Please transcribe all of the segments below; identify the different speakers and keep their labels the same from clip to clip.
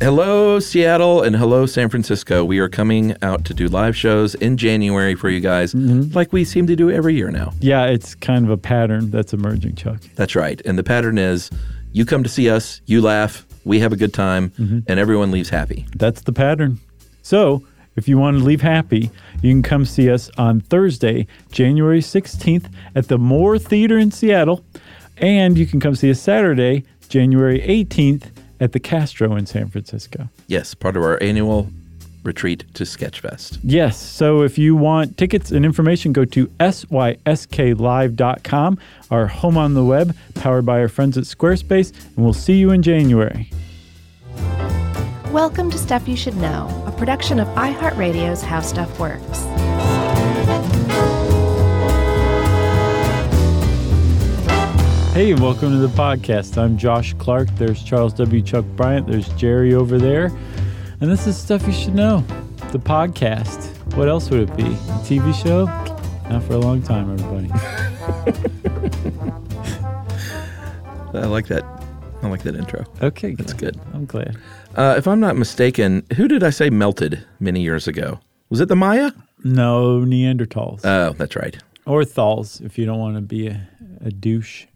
Speaker 1: Hello, Seattle, and hello, San Francisco. We are coming out to do live shows in January for you guys, like we seem to do every year now.
Speaker 2: Yeah, it's kind of a pattern that's emerging, Chuck.
Speaker 1: That's right. And the pattern is you come to see us, you laugh, we have a good time, and everyone leaves happy.
Speaker 2: That's the pattern. So, if you want to leave happy, you can come see us on Thursday, January 16th at the Moore Theater in Seattle. And you can come see us Saturday, January 18th at the Castro in San Francisco.
Speaker 1: Yes, part of our annual retreat to Sketchfest.
Speaker 2: Yes. So if you want tickets and information, go to sysklive.com, our home on the web, powered by our friends at Squarespace. And we'll see you in January.
Speaker 3: Welcome to Stuff You Should Know, a production of iHeartRadio's How Stuff Works.
Speaker 2: Hey, and welcome to the podcast. I'm Josh Clark. There's Charles W. Chuck Bryant. There's Jerry over there. And this is Stuff You Should Know, the podcast. What else would it be? A TV show? Not for a long time, everybody.
Speaker 1: I like that. I like that intro.
Speaker 2: Okay,
Speaker 1: That's good.
Speaker 2: I'm glad.
Speaker 1: Uh, if I'm not mistaken, who did I say melted many years ago? Was it the Maya?
Speaker 2: No Neanderthals.
Speaker 1: Oh, that's right.
Speaker 2: or Thals, if you don't want to be a, a douche.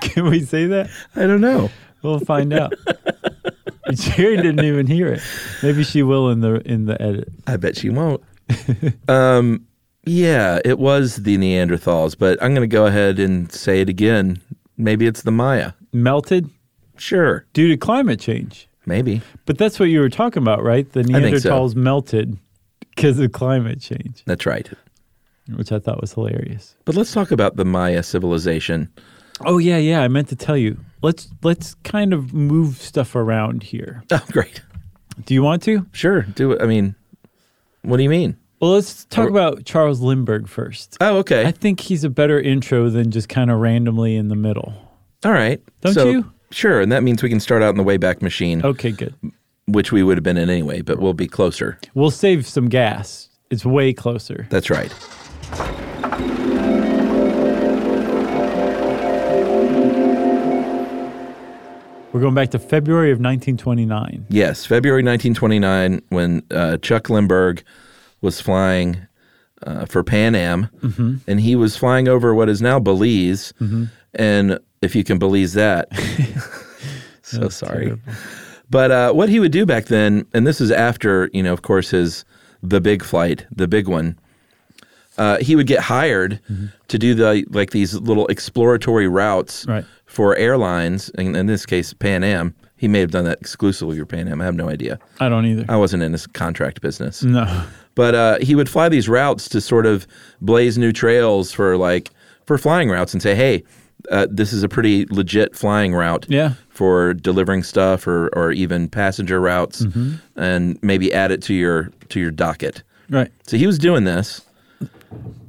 Speaker 2: Can we say that?
Speaker 1: I don't know.
Speaker 2: We'll find out. Jerry didn't even hear it. Maybe she will in the in the edit.
Speaker 1: I bet she won't. um, yeah, it was the Neanderthals, but I'm going to go ahead and say it again. Maybe it's the Maya.
Speaker 2: Melted
Speaker 1: Sure,
Speaker 2: due to climate change.
Speaker 1: maybe.
Speaker 2: But that's what you were talking about, right? The
Speaker 1: think so.
Speaker 2: Neanderthals melted because of climate change,
Speaker 1: That's right.
Speaker 2: which I thought was hilarious.
Speaker 1: But let's talk about the Maya civilization.
Speaker 2: Oh yeah, yeah. I meant to tell you. Let's let's kind of move stuff around here.
Speaker 1: Oh, great.
Speaker 2: Do you want to?
Speaker 1: Sure. Do it. I mean, what do you mean?
Speaker 2: Well, let's talk about Charles Lindbergh first.
Speaker 1: Oh,
Speaker 2: I
Speaker 1: okay.
Speaker 2: think he's a better intro than just kind of randomly in the middle.
Speaker 1: All right.
Speaker 2: Don't
Speaker 1: So-
Speaker 2: you? Oh.
Speaker 1: Sure. And that means we can start out in the Wayback Machine,
Speaker 2: Okay, good.
Speaker 1: which we would have been in anyway, but we'll be closer.
Speaker 2: We'll save some gas. It's way closer.
Speaker 1: That's right.
Speaker 2: We're going back to February of 1929.
Speaker 1: Yes, February 1929, when uh, Chuck Lindbergh was flying uh, for Pan Am, and he was flying over what is now Belize, and if you can Belize that, so sorry. But uh, what he would do back then, and this is after you know, of course, his the big flight, the big one. Uh, he would get hired to do the like these little exploratory routes
Speaker 2: Right.
Speaker 1: for airlines, and in this case, Pan Am. He may have done that exclusively for Pan Am. I have no idea.
Speaker 2: I don't either.
Speaker 1: I wasn't in his contract business.
Speaker 2: No.
Speaker 1: But uh, he would fly these routes to sort of blaze new trails for like for flying routes and say, hey, uh, this is a pretty legit flying route
Speaker 2: Yeah.
Speaker 1: for delivering stuff or, or even passenger routes,
Speaker 2: Mm-hmm.
Speaker 1: and maybe add it to your to your docket.
Speaker 2: Right.
Speaker 1: So he was doing this,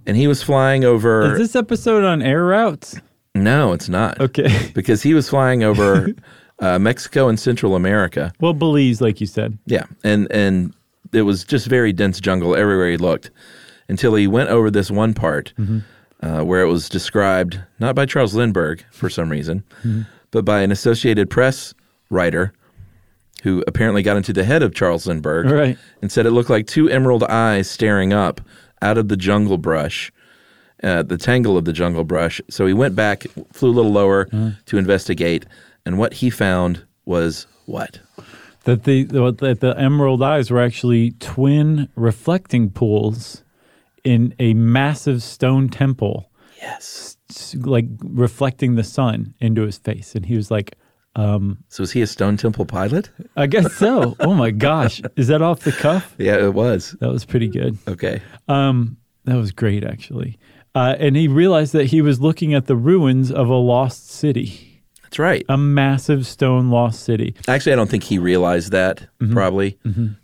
Speaker 1: and he was flying over.
Speaker 2: Is this episode on air routes?
Speaker 1: no, it's not
Speaker 2: Okay.
Speaker 1: because he was flying over uh, Mexico and Central America.
Speaker 2: well, Belize, like you said.
Speaker 1: Yeah, and and it was just very dense jungle everywhere he looked, until he went over this one part uh, where it was described not by Charles Lindbergh for some reason, but by an Associated Press writer who apparently got into the head of Charles Lindbergh
Speaker 2: Right.
Speaker 1: and said it looked like two emerald eyes staring up out of the jungle brush. Uh, the tangle of the jungle brush. So he went back, flew a little lower to investigate, and what he found was what?
Speaker 2: That the that the emerald eyes were actually twin reflecting pools in a massive stone temple,
Speaker 1: Yes.
Speaker 2: s- like reflecting the sun into his face, and he was like,
Speaker 1: So was he a Stone Temple Pilot?
Speaker 2: "I guess so." oh my gosh, is that off the cuff?
Speaker 1: Yeah, it was.
Speaker 2: That was pretty good.
Speaker 1: Okay.
Speaker 2: Um, that was great, actually. Uh, and he realized that he was looking at the ruins of a lost city,
Speaker 1: That's right.
Speaker 2: a massive stone lost city.
Speaker 1: Actually, I don't think he realized that, probably,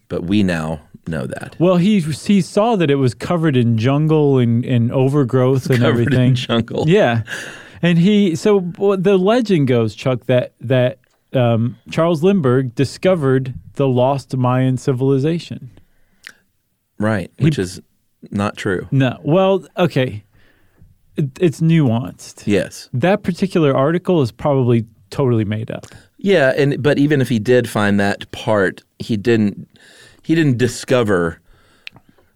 Speaker 1: but we now know that.
Speaker 2: Well, he he saw that it was covered in jungle and, and overgrowth and
Speaker 1: Covered
Speaker 2: everything.
Speaker 1: in jungle.
Speaker 2: Yeah, and he so well, the legend goes, Chuck, that that um, Charles Lindbergh discovered the lost Mayan civilization.
Speaker 1: Right, which is not true.
Speaker 2: No, well, okay, it, it's nuanced.
Speaker 1: Yes.
Speaker 2: That particular article is probably totally made up.
Speaker 1: Yeah, and but even if he did find that part, he didn't he didn't discover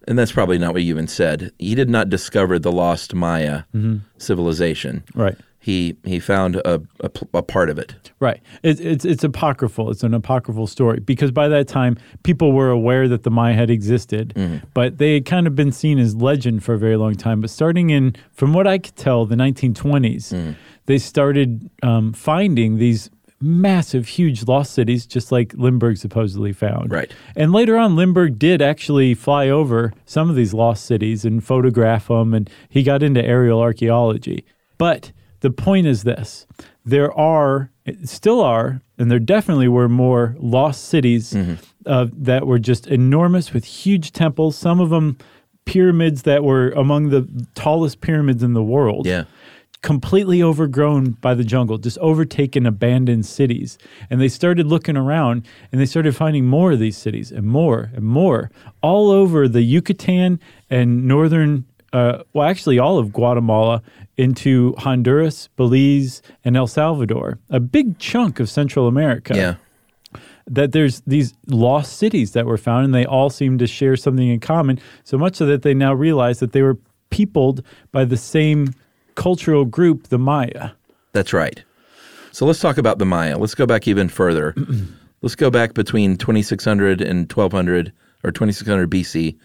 Speaker 1: and that's probably not what you even said. He did not discover the lost Maya civilization.
Speaker 2: Right.
Speaker 1: He he found a, a pl- a part of it.
Speaker 2: Right. It's, it's it's apocryphal. It's an apocryphal story because by that time people were aware that the Maya had existed, but they had kind of been seen as legend for a very long time. But starting in, from what I could tell, the 1920s, they started um, finding these massive, huge lost cities, just like Lindbergh supposedly found.
Speaker 1: Right.
Speaker 2: And later on, Lindbergh did actually fly over some of these lost cities and photograph them, and he got into aerial archaeology. But the point is this there are, still are, and there definitely were more lost cities uh, that were just enormous with huge temples, some of them pyramids that were among the tallest pyramids in the world
Speaker 1: Yeah.
Speaker 2: completely overgrown by the jungle, just overtaken, abandoned cities. And they started looking around and they started finding more of these cities and more and more all over the Yucatan and northern, uh, well, actually, all of Guatemala into Honduras, Belize, and El Salvador, a big chunk of Central America
Speaker 1: Yeah.
Speaker 2: that there's these lost cities that were found and they all seem to share something in common so much so that they now realize that they were peopled by the same cultural group the maya
Speaker 1: That's right. So let's talk about the Maya. Let's go back even further. let's go back between 2600 and 1200 or 2600 BC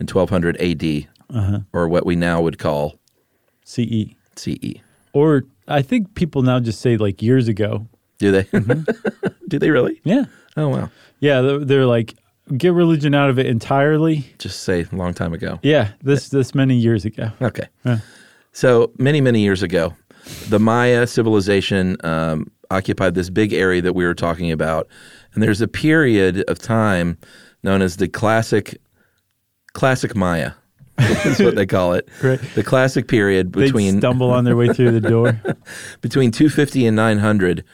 Speaker 1: and 1200 AD or what we now would call E.
Speaker 2: ce
Speaker 1: CE.
Speaker 2: E. or i think people now just say like years ago
Speaker 1: Do they? Do they really?
Speaker 2: yeah
Speaker 1: Oh wow.
Speaker 2: yeah they're, they're like get religion out of it entirely
Speaker 1: Just say a long time ago.
Speaker 2: yeah this this many years ago
Speaker 1: Okay. So many, many years ago, the Maya civilization um, occupied this big area that we were talking about, and there's a period of time known as the classic, classic Maya. That's what they call it.
Speaker 2: Right.
Speaker 1: The classic period
Speaker 2: they
Speaker 1: between
Speaker 2: stumble on their way through the door
Speaker 1: between 250 and 900,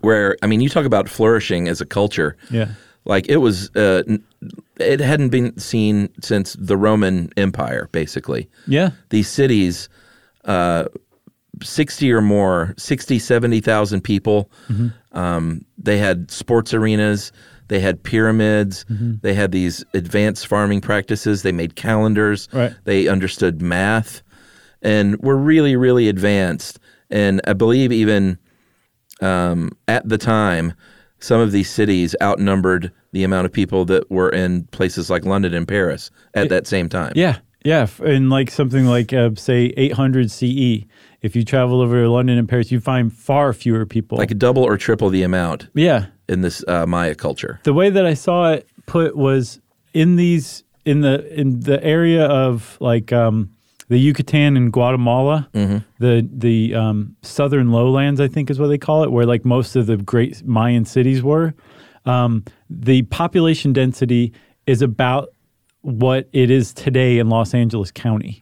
Speaker 1: where I mean, you talk about flourishing as a culture.
Speaker 2: yeah
Speaker 1: Like it was, uh, n- it hadn't been seen since the Roman Empire, basically
Speaker 2: yeah
Speaker 1: these cities uh, 60 or more 60 70,000 people
Speaker 2: Mm-hmm.
Speaker 1: um, they had sports arenas they had pyramids
Speaker 2: Mm-hmm.
Speaker 1: they had these advanced farming practices they made calendars
Speaker 2: Right.
Speaker 1: they understood math and were really really advanced and i believe even um, at the time some of these cities outnumbered the amount of people that were in places like london and paris at that same time
Speaker 2: Yeah, yeah, f- and like something like uh, say 800 CE. E, If you travel over to London and Paris, you find far fewer people.
Speaker 1: like double or triple the amount
Speaker 2: yeah,
Speaker 1: in this uh, Maya culture.
Speaker 2: the way that I saw it put was in these in the in the area of like um, the Yucatan and Guatemala, the the um, southern lowlands, I think is what they call it, where like most of the great Mayan cities were. Um, the population density is about what it is today in Los Angeles County.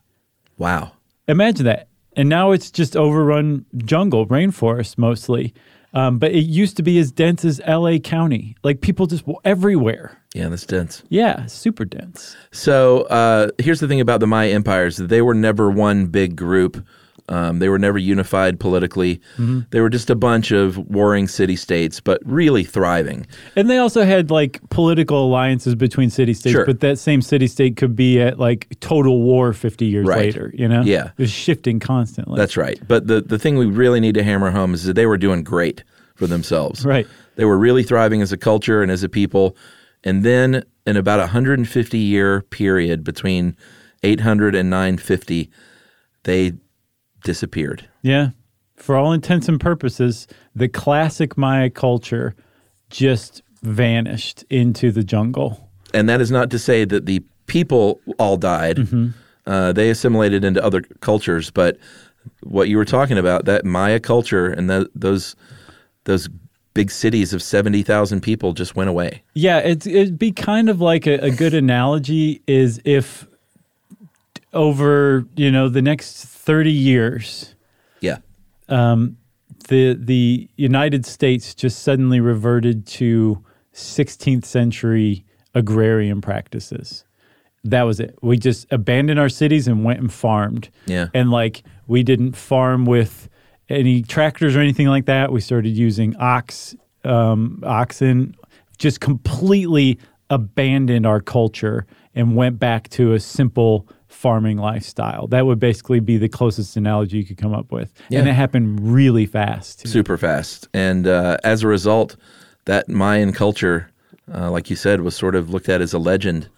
Speaker 1: Wow.
Speaker 2: Imagine that. And now it's just overrun jungle, rainforest mostly. Um, but it used to be as dense as LA County. Like people just w- everywhere.
Speaker 1: Yeah, that's dense.
Speaker 2: Yeah, super dense.
Speaker 1: So uh, here's the thing about the Maya empires: they were never one big group. Um, they were never unified politically. They were just a bunch of warring city states, but really thriving.
Speaker 2: And they also had like political alliances between city states,
Speaker 1: Sure.
Speaker 2: but that same city state could be at like total war 50 years
Speaker 1: Right.
Speaker 2: later, you know?
Speaker 1: Yeah.
Speaker 2: It was shifting constantly.
Speaker 1: That's right. But the, the thing we really need to hammer home is that they were doing great for themselves.
Speaker 2: Right.
Speaker 1: They were really thriving as a culture and as a people. And then in about a 150 year period between 800 and 950, they disappeared.
Speaker 2: Yeah. For all intents and purposes, the classic Maya culture just vanished into the jungle.
Speaker 1: And that is not to say that the people all died. Uh, they assimilated into other cultures, but what you were talking about, that Maya culture and that, those those big cities of 70,000 people just went away.
Speaker 2: Yeah, it's, it'd be kind of like a, a good analogy is if over you know the next thirty years,
Speaker 1: Yeah.
Speaker 2: the the United States just suddenly reverted to 16th century agrarian practices. That was it. We just abandoned our cities and went and farmed.
Speaker 1: Yeah.
Speaker 2: And like we didn't farm with any tractors or anything like that. We started using ox, um, oxen, just completely abandoned our culture and went back to a simple farming lifestyle. That would basically be the closest analogy you could come up with. And
Speaker 1: Yeah.
Speaker 2: it happened really fast.
Speaker 1: super fast. And uh, as a result, that Mayan culture, uh, like you said, was sort of looked at as a legend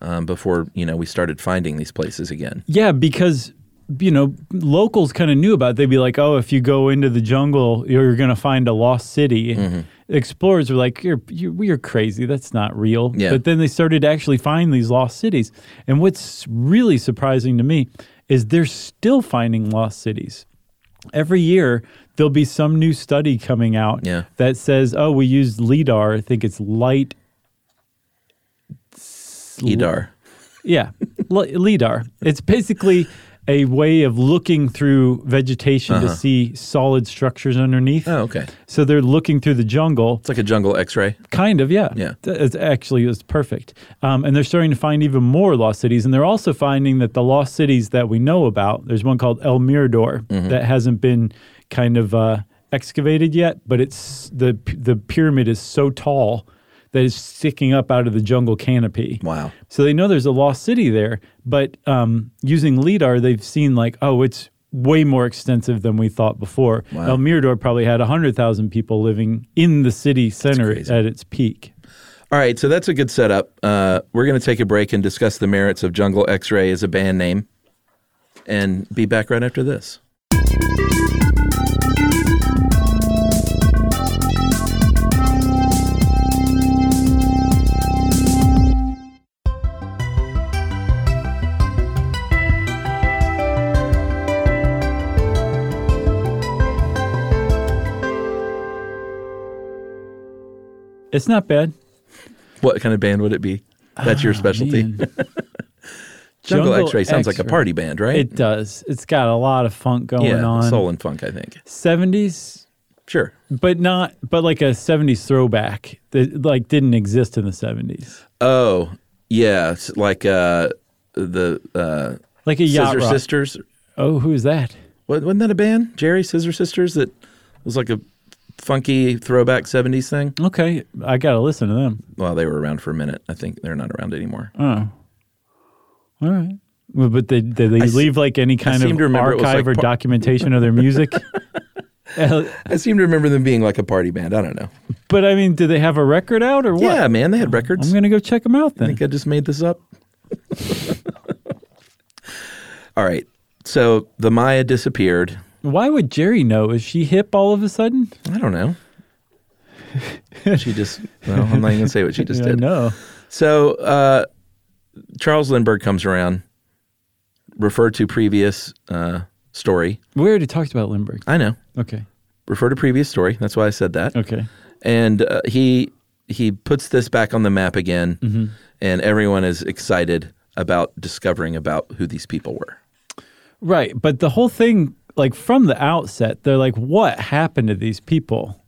Speaker 1: um, before you know we started finding these places again.
Speaker 2: Yeah, because you know locals kind of knew about. It. They'd be like, "Oh, if you go into the jungle, you're going to find a lost city."
Speaker 1: Mm-hmm.
Speaker 2: Explorers were like, "You're you're we are crazy. That's not real."
Speaker 1: Yeah.
Speaker 2: But then they started to actually find these lost cities, and what's really surprising to me is they're still finding lost cities. Every year, there'll be some new study coming out
Speaker 1: Yeah.
Speaker 2: that says, "Oh, we used lidar. I think it's light
Speaker 1: Idar.
Speaker 2: Yeah, L- lidar. It's basically a way of looking through vegetation to see solid structures underneath.
Speaker 1: Uh-huh. Oh, okay.
Speaker 2: So they're looking through the jungle,
Speaker 1: It's like a jungle X-ray.
Speaker 2: kind of. Yeah,
Speaker 1: Yeah.
Speaker 2: Th- It's actually it's perfect. Um, and they're starting to find even more lost cities, and they're also finding that the lost cities that we know about. There's one called El Mirador
Speaker 1: Mm-hmm.
Speaker 2: that hasn't been kind of uh, excavated yet, but it's the the pyramid is so tall that it's sticking up out of the jungle canopy.
Speaker 1: Wow.
Speaker 2: So they know there's a lost city there, but um, using LIDAR, they've seen like, oh, it's way more extensive than we thought before.
Speaker 1: Wow.
Speaker 2: El Mirador probably had 100,000 people living in the city center
Speaker 1: crazy.
Speaker 2: at its peak.
Speaker 1: All right, so that's a good setup. Uh, we're going to take a break and discuss the merits of Jungle X-ray as a band name, and be back right after this.
Speaker 2: It's not bad.
Speaker 1: What kind of band would it be? That's your specialty.
Speaker 2: Ah, Man.
Speaker 1: Jungle,
Speaker 2: Jungle
Speaker 1: X-ray sounds like a
Speaker 2: X-Ray.
Speaker 1: party band, right?
Speaker 2: It does. It's got a lot of funk going
Speaker 1: yeah,
Speaker 2: on.
Speaker 1: soul and funk, I think.
Speaker 2: 70s,
Speaker 1: Sure.
Speaker 2: but not, but like a 70s throwback that like didn't exist in the 70s.
Speaker 1: Oh, yeah, it's like uh, the uh,
Speaker 2: Like a yacht
Speaker 1: Scissor
Speaker 2: rock.
Speaker 1: Sisters.
Speaker 2: Oh, who's that?
Speaker 1: Wa- Wasn't that a band? Jerry Scissor Sisters that was like a funky throwback 70s thing?
Speaker 2: Okay, I got to listen to them.
Speaker 1: Well, they were around for a minute. I think they're not around anymore.
Speaker 2: Oh. All right. Well, but they, did they
Speaker 1: I s-
Speaker 2: leave like any kind
Speaker 1: seem
Speaker 2: of
Speaker 1: to remember it was,
Speaker 2: archive
Speaker 1: like,
Speaker 2: or
Speaker 1: par-
Speaker 2: documentation of their music? Uh,
Speaker 1: I seem to remember them being like a party band. I don't know.
Speaker 2: but I mean, do they have a record out or what?
Speaker 1: Yeah, man, they had records.
Speaker 2: I'm going to go check them out
Speaker 1: I
Speaker 2: then.
Speaker 1: think I just made this up. All right. So the Maya disappeared.
Speaker 2: Why would Jerry know? Is she hip all of a sudden?
Speaker 1: I don't know. she just, well, I'm not even going to say what she just
Speaker 2: Yeah, I
Speaker 1: did.
Speaker 2: know.
Speaker 1: So uh, Charles Lindbergh comes around, refer to previous uh, story.
Speaker 2: We already talked about Lindbergh.
Speaker 1: I know.
Speaker 2: Okay.
Speaker 1: Refer to previous story. That's why I said that.
Speaker 2: Okay.
Speaker 1: And uh, he he puts this back on the map again,
Speaker 2: Mm-hmm.
Speaker 1: and everyone is excited about discovering about who these people were.
Speaker 2: Right. But the whole thing, like from the outset, they're like, what happened to these people?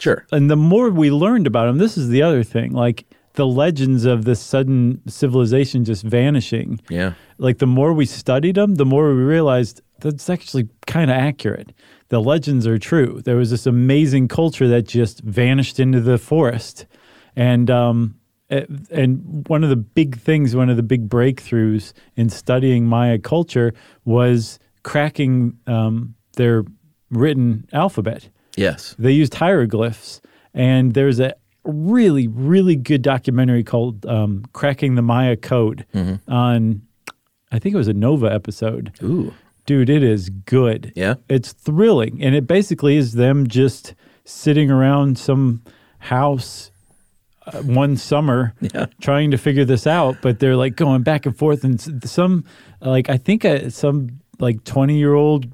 Speaker 1: Sure.
Speaker 2: and the more we learned about them, this is the other thing. Like the legends of this sudden civilization just vanishing.
Speaker 1: Yeah.
Speaker 2: Like the more we studied them, the more we realized that's actually kind of accurate. The legends are true. There was this amazing culture that just vanished into the forest, and um, a- and one of the big things, one of the big breakthroughs in studying Maya culture was cracking um, their written alphabet
Speaker 1: Yes.
Speaker 2: they used hieroglyphs and there's a really really good documentary called um, cracking the maya code
Speaker 1: Mm-hmm.
Speaker 2: on i think it was a nova episode
Speaker 1: Ooh.
Speaker 2: dude it is good
Speaker 1: Yeah?
Speaker 2: it's thrilling and it basically is them just sitting around some house uh, one summer
Speaker 1: Yeah.
Speaker 2: trying to figure this out but they're like going back and forth and s- some like i think uh some like 20 year old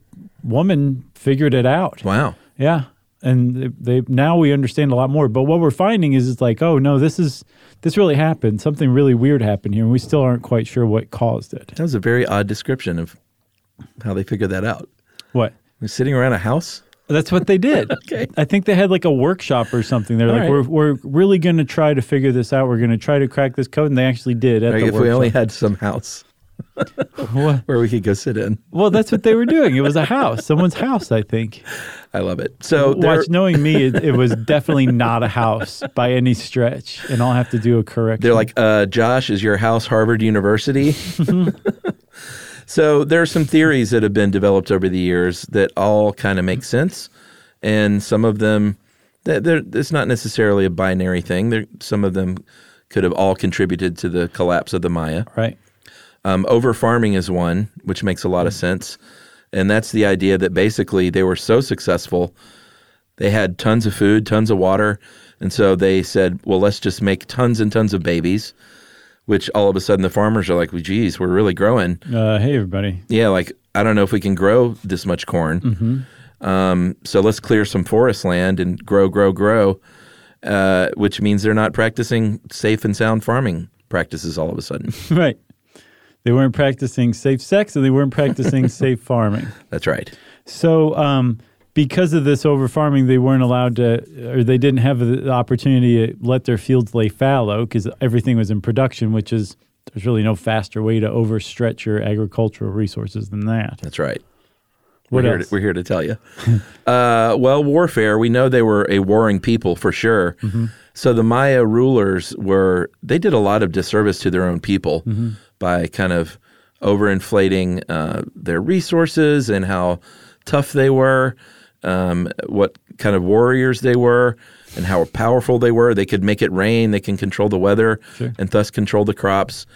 Speaker 2: woman figured it out
Speaker 1: Wow.
Speaker 2: yeah, and they, they now we understand a lot more. But what we're finding is it's like, oh no, this is this really happened. Something really weird happened here, and we still aren't quite sure what caused it.
Speaker 1: That was a very odd description of how they figured that out.
Speaker 2: What?
Speaker 1: They're sitting around a house.
Speaker 2: That's what they did. okay. I think they had like a workshop or something. They're
Speaker 1: All
Speaker 2: like,
Speaker 1: right.
Speaker 2: we're we're really going to try to figure this out. We're going to try to crack this code, and they actually did at
Speaker 1: Like
Speaker 2: the
Speaker 1: if
Speaker 2: workshop.
Speaker 1: we only had some house.
Speaker 2: Wha-
Speaker 1: where we could go sit in.
Speaker 2: Well, that's what they were doing. It was a house, someone's house, I think.
Speaker 1: I love it. So there,
Speaker 2: Watch, knowing me, it, it was definitely not a house by any stretch, and I'll have to do a correction.
Speaker 1: They're like, uh, Josh, is your house Harvard University? so there are some theories that have been developed over the years that all kind of make sense, and some of them, that they're, it's not necessarily a binary thing. There, some of them could have all contributed to the collapse of the Maya.
Speaker 2: right,
Speaker 1: Um, over farming is one, which makes a lot of sense, and that's the idea that basically they were so successful, they had tons of food, tons of water, and so they said, "Well, let's just make tons and tons of babies." Which all of a sudden the farmers are like, "Well, geez, we're really growing."
Speaker 2: uh, hey everybody,
Speaker 1: Yeah, like I don't know if we can grow this much corn. Um, so let's clear some forest land and grow, grow, grow. Uh, which means they're not practicing safe and sound farming practices all of a sudden.
Speaker 2: right. They weren't practicing safe sex, and they weren't practicing safe farming.
Speaker 1: That's right.
Speaker 2: So, um, because of this over farming, they weren't allowed to, or they didn't have the opportunity to let their fields lay fallow because everything was in production, which is there's really no faster way to overstretch your agricultural resources than that.
Speaker 1: That's right. we're,
Speaker 2: What
Speaker 1: Here
Speaker 2: else?
Speaker 1: to, we're here to tell you. uh, well, warfare. We know they were a warring people for sure. So the Maya rulers were they did a lot of disservice to their own people by kind of overinflating uh, their resources and how tough they were, um, what kind of warriors they were, and how powerful they were. They could make it rain. They can control the weather and thus control the crops.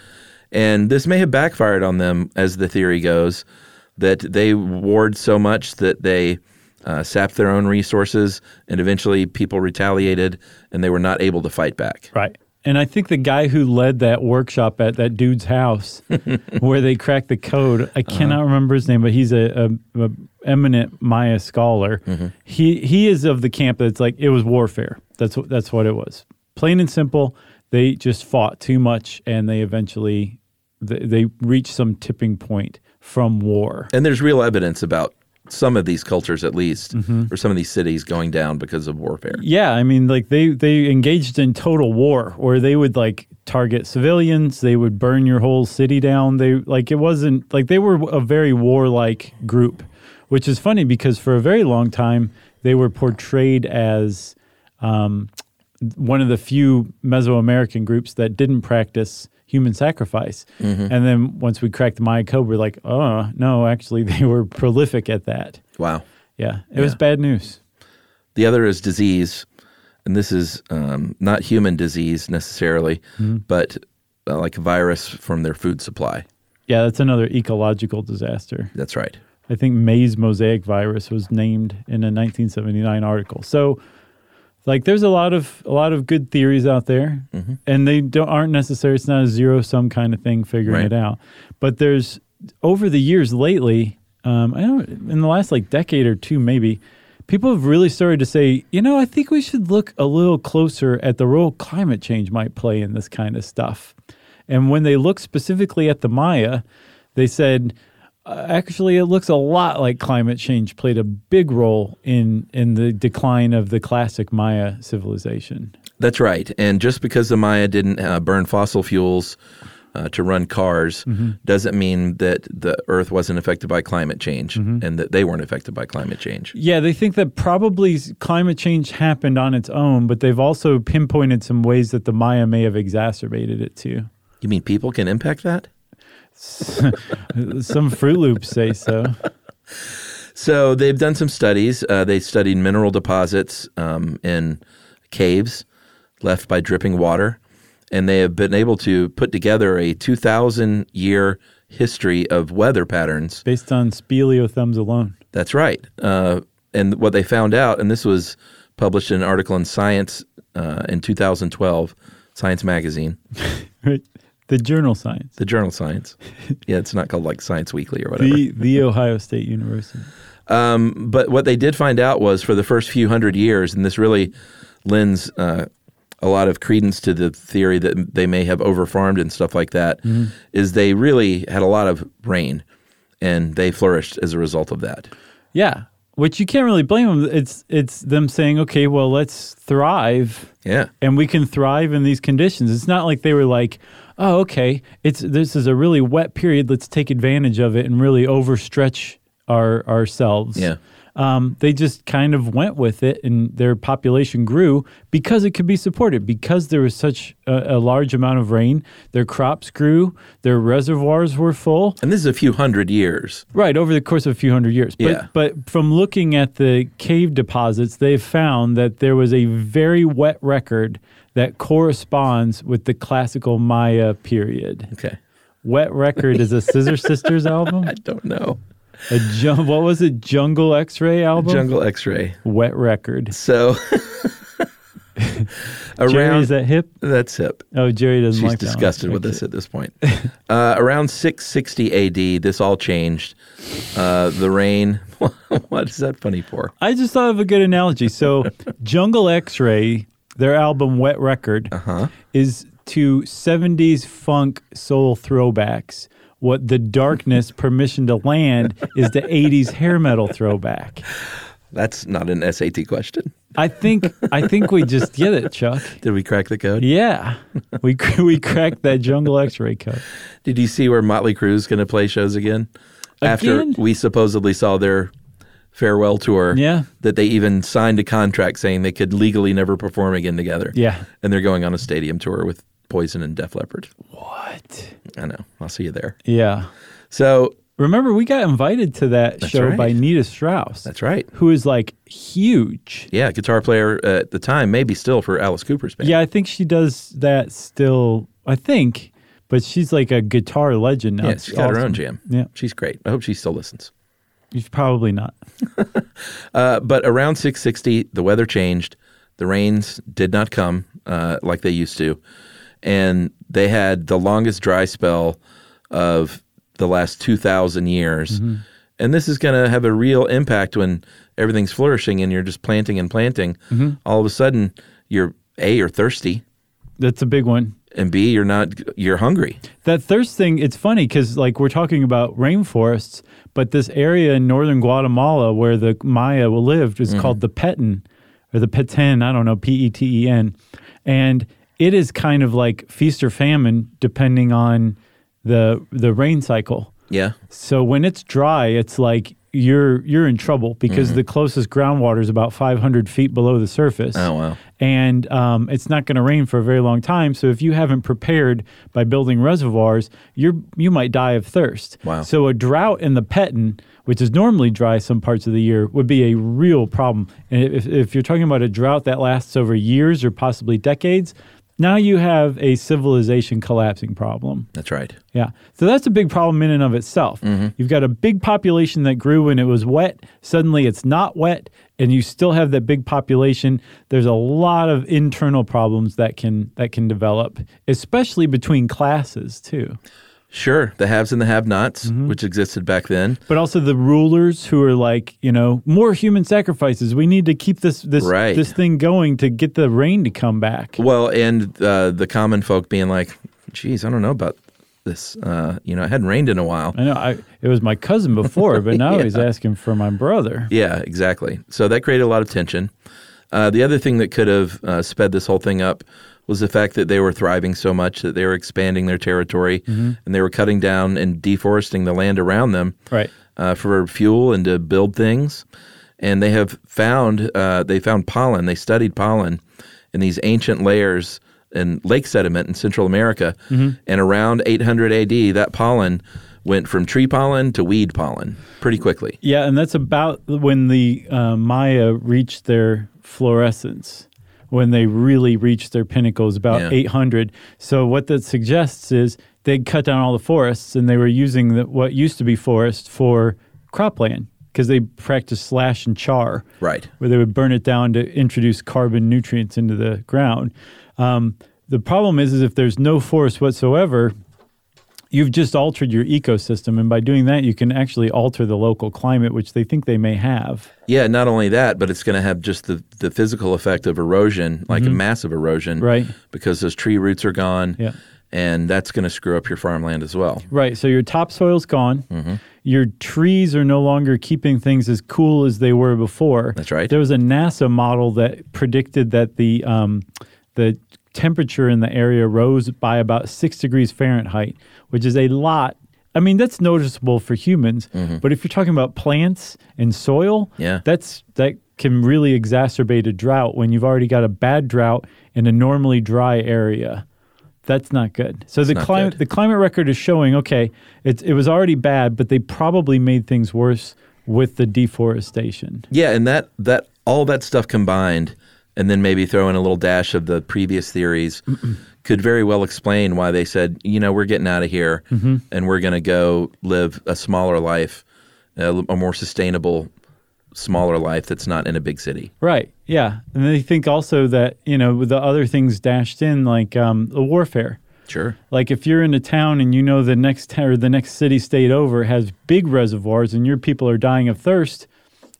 Speaker 1: And this may have backfired on them, as the theory goes, that they warred so much that they uh, sapped their own resources, and eventually people retaliated and they were not able to fight back.
Speaker 2: Right. And I think the guy who led that workshop at that dude's house where they cracked the code, I cannot remember his name, but he's a, a, a eminent Maya scholar. He he is of the camp that's like it was warfare. That's what that's what it was. Plain and simple, they just fought too much and they eventually they, they reached some tipping point from war.
Speaker 1: And there's real evidence about some of these cultures, at least, or some of these cities going down because of warfare.
Speaker 2: Yeah, I mean, like they they engaged in total war, where they would like target civilians, they would burn your whole city down. They like it wasn't like they were a very warlike group, which is funny because for a very long time they were portrayed as um, one of the few Mesoamerican groups that didn't practice human sacrifice. And then once we cracked the Maya code, we're like, oh no, actually they were prolific at that.
Speaker 1: Wow.
Speaker 2: Yeah, it was bad news.
Speaker 1: The other is disease, and this is um, not human disease necessarily, but uh, like a virus from their food supply.
Speaker 2: Yeah, that's another ecological disaster.
Speaker 1: That's right.
Speaker 2: I think May's mosaic virus was named in a 1979 article. So, like, there's a lot of a lot of good theories out there, and they don't aren't necessary. It's not a zero sum kind of thing figuring
Speaker 1: Right.
Speaker 2: it out. But there's over the years lately, um, I don't in the last like decade or two maybe, people have really started to say, you know, I think we should look a little closer at the role climate change might play in this kind of stuff. And when they looked specifically at the Maya, they said, uh, actually, it looks a lot like climate change played a big role in in the decline of the classic Maya civilization.
Speaker 1: That's right. And just because the Maya didn't uh, burn fossil fuels uh, to run cars doesn't mean that the Earth wasn't affected by climate change and that they weren't affected by climate change.
Speaker 2: Yeah, they think that probably s- climate change happened on its own, but they've also pinpointed some ways that the Maya may have exacerbated it too.
Speaker 1: You mean people can impact that?
Speaker 2: Some Fruit Loops say so.
Speaker 1: So they've done some studies. Uh, they studied mineral deposits um, in caves left by dripping water, and they have been able to put together a 2,000 year history of weather patterns
Speaker 2: Based on speleothems alone.
Speaker 1: That's right. Uh, and what they found out, and this was published in an article in Science uh, in 2012, Science Magazine,
Speaker 2: Right? The journal science.
Speaker 1: the journal Science. yeah, it's not called like Science Weekly or whatever.
Speaker 2: The the Ohio State University.
Speaker 1: but what they did find out was for the first few hundred years, and this really lends uh, a lot of credence to the theory that they may have overfarmed and stuff like that, is they really had a lot of rain and they flourished as a result of that.
Speaker 2: Yeah, which you can't really blame them. It's it's them saying, okay, well, let's thrive,
Speaker 1: Yeah.
Speaker 2: and we can thrive in these conditions. It's not like they were like, oh, okay, it's this is a really wet period. Let's take advantage of it and really overstretch our ourselves.
Speaker 1: Yeah.
Speaker 2: Um, they just kind of went with it, and their population grew because it could be supported. Because there was such a, a large amount of rain, their crops grew, their reservoirs were full.
Speaker 1: And this is a few hundred years.
Speaker 2: Right, over the course of a few hundred years. But,
Speaker 1: Yeah.
Speaker 2: but from looking at the cave deposits, they've found that there was a very wet record that corresponds with the classical Maya period.
Speaker 1: Okay.
Speaker 2: Wet Record is a Scissor Sisters album.
Speaker 1: I don't know.
Speaker 2: A jun- what was it? Jungle X-Ray album?
Speaker 1: Jungle X ray.
Speaker 2: Wet Record.
Speaker 1: So
Speaker 2: Jerry,
Speaker 1: around
Speaker 2: is that hip?
Speaker 1: that's it.
Speaker 2: Oh, Jerry doesn't
Speaker 1: She's
Speaker 2: like that one.
Speaker 1: disgusted with
Speaker 2: Makes
Speaker 1: this at this point. uh, around 660 AD, this all changed. Uh, the rain. what is that funny for?
Speaker 2: I just thought of a good analogy. So, Jungle X Ray, their album Wet Record,
Speaker 1: Uh-huh.
Speaker 2: is to 70s funk soul throwbacks. What the darkness permission to land is the 80s hair metal throwback.
Speaker 1: That's not an SAT question.
Speaker 2: I think I think we just get it, Chuck.
Speaker 1: Did we crack the code?
Speaker 2: Yeah, we we cracked that Jungle X Ray code.
Speaker 1: Did you see where Motley Crue's going to play shows again? After
Speaker 2: Again?
Speaker 1: we supposedly saw their farewell tour,
Speaker 2: Yeah.
Speaker 1: that they even signed a contract saying they could legally never perform again together.
Speaker 2: Yeah.
Speaker 1: And they're going on a stadium tour with Poison and Def Leppard.
Speaker 2: What?
Speaker 1: I know. I'll see you there.
Speaker 2: Yeah.
Speaker 1: So
Speaker 2: Remember, we got invited to that show
Speaker 1: right.
Speaker 2: by Nita Strauss,
Speaker 1: that's right.
Speaker 2: who is like huge.
Speaker 1: Yeah, guitar player uh, at the time, maybe still for Alice Cooper's band.
Speaker 2: Yeah, I think she does that still. I think, but she's like a guitar legend now.
Speaker 1: Yeah,
Speaker 2: It's
Speaker 1: she's got her
Speaker 2: awesome.
Speaker 1: own jam.
Speaker 2: Yeah.
Speaker 1: She's great. I hope she still listens.
Speaker 2: She's probably not.
Speaker 1: Uh, but around 660, the weather changed. The rains did not come uh, like they used to. And they had the longest dry spell of the last 2,000 years. And this is going to have a real impact when everything's flourishing and you're just planting and planting. All of a sudden, you're A, you're thirsty,
Speaker 2: That's a big one.
Speaker 1: and B, you're not, you're hungry.
Speaker 2: That thirst thing. It's funny because like we're talking about rainforests, but this area in northern Guatemala where the Maya lived
Speaker 1: Mm-hmm.
Speaker 2: is called the Petén, or the Petén. I don't know. P E T E N, and it is kind of like feast or famine depending on the the rain cycle.
Speaker 1: Yeah.
Speaker 2: So when it's dry, it's like you're you're in trouble because
Speaker 1: Mm-hmm.
Speaker 2: the closest groundwater is about 500 feet below the surface.
Speaker 1: Oh, wow.
Speaker 2: And um, it's not going to rain for a very long time. So if you haven't prepared by building reservoirs, you're you might die of thirst.
Speaker 1: Wow.
Speaker 2: So a drought in the Petén, which is normally dry some parts of the year, would be a real problem. And if, if you're talking about a drought that lasts over years or possibly decades, now you have a civilization collapsing problem.
Speaker 1: That's right.
Speaker 2: Yeah. So that's a big problem in and of itself. You've got a big population that grew when it was wet. Suddenly it's not wet, and you still have that big population. There's a lot of internal problems that can that can develop, especially between classes too.
Speaker 1: Sure. The haves and the have nots, which existed back then.
Speaker 2: But also the rulers who are like, you know, more human sacrifices. We need to keep this this
Speaker 1: Right.
Speaker 2: this thing going to get the rain to come back.
Speaker 1: Well, and uh, the common folk being like, "Geez, I don't know about this. Uh, you know, it hadn't rained in a while."
Speaker 2: I know I, it was my cousin before, but now he's asking for my brother.
Speaker 1: Yeah, exactly. So that created a lot of tension. Uh, the other thing that could have uh, sped this whole thing up was the fact that they were thriving so much that they were expanding their territory and they were cutting down and deforesting the land around them
Speaker 2: Right.
Speaker 1: uh, for fuel and to build things. And they have found uh, they found pollen. They studied pollen in these ancient layers in lake sediment in Central America.
Speaker 2: Mm-hmm.
Speaker 1: And around 800 AD, that pollen went from tree pollen to weed pollen pretty quickly.
Speaker 2: Yeah, and that's about when the uh, Maya reached their fluorescence, when they really reached their pinnacles, about
Speaker 1: Yeah.
Speaker 2: 800. So what that suggests is they'd cut down all the forests, and they were using the, what used to be forest for cropland because they practiced slash and char
Speaker 1: Right.
Speaker 2: where they would burn it down to introduce carbon nutrients into the ground. Um, the problem is, is if there's no forest whatsoever, you've just altered your ecosystem, and by doing that, you can actually alter the local climate, which they think they may have.
Speaker 1: Yeah, not only that, but it's going to have just the, the physical effect of erosion, like a massive erosion,
Speaker 2: Mm-hmm. Right.
Speaker 1: Because those tree roots are gone,
Speaker 2: Yeah.
Speaker 1: and that's going to screw up your farmland as well.
Speaker 2: Right. So your topsoil's gone.
Speaker 1: Mm-hmm.
Speaker 2: Your trees are no longer keeping things as cool as they were before.
Speaker 1: That's right.
Speaker 2: There was a NASA model that predicted that the um, the temperature in the area rose by about six degrees Fahrenheit, which is a lot. I mean, that's noticeable for humans, but if you're talking about plants and soil,
Speaker 1: Mm-hmm. Yeah.
Speaker 2: that's that can really exacerbate a drought when you've already got a bad drought in a normally dry area. That's not good. So the
Speaker 1: not
Speaker 2: climate
Speaker 1: good.
Speaker 2: the climate record is showing okay, it's it was already bad, but they probably made things worse with the deforestation.
Speaker 1: Yeah, and that that all that stuff combined, and then maybe throw in a little dash of the previous theories, could very well explain why they said, you know, we're getting out of here, and we're going to go live a smaller life, a, a more sustainable, smaller life that's not in a big city.
Speaker 2: Right. Yeah. And they think also that, you know, with the other things dashed in like um the warfare.
Speaker 1: Sure.
Speaker 2: Like if you're in a town and you know the next town or the next city state over has big reservoirs and your people are dying of thirst,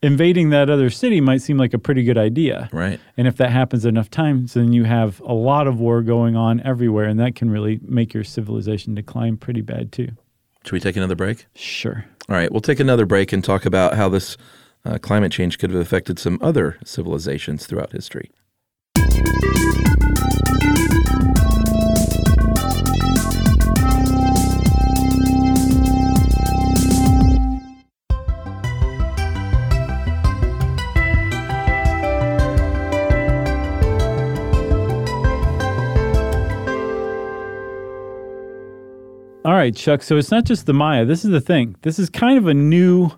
Speaker 2: invading that other city might seem like a pretty good idea.
Speaker 1: Right.
Speaker 2: And if that happens enough times, then you have a lot of war going on everywhere, and that can really make your civilization decline pretty bad too.
Speaker 1: Should we take another break?
Speaker 2: Sure.
Speaker 1: All right, we'll take another break and talk about how this uh, climate change could have affected some other civilizations throughout history.
Speaker 2: All right, Chuck. So it's not just the Maya. This is the thing. This is kind of a new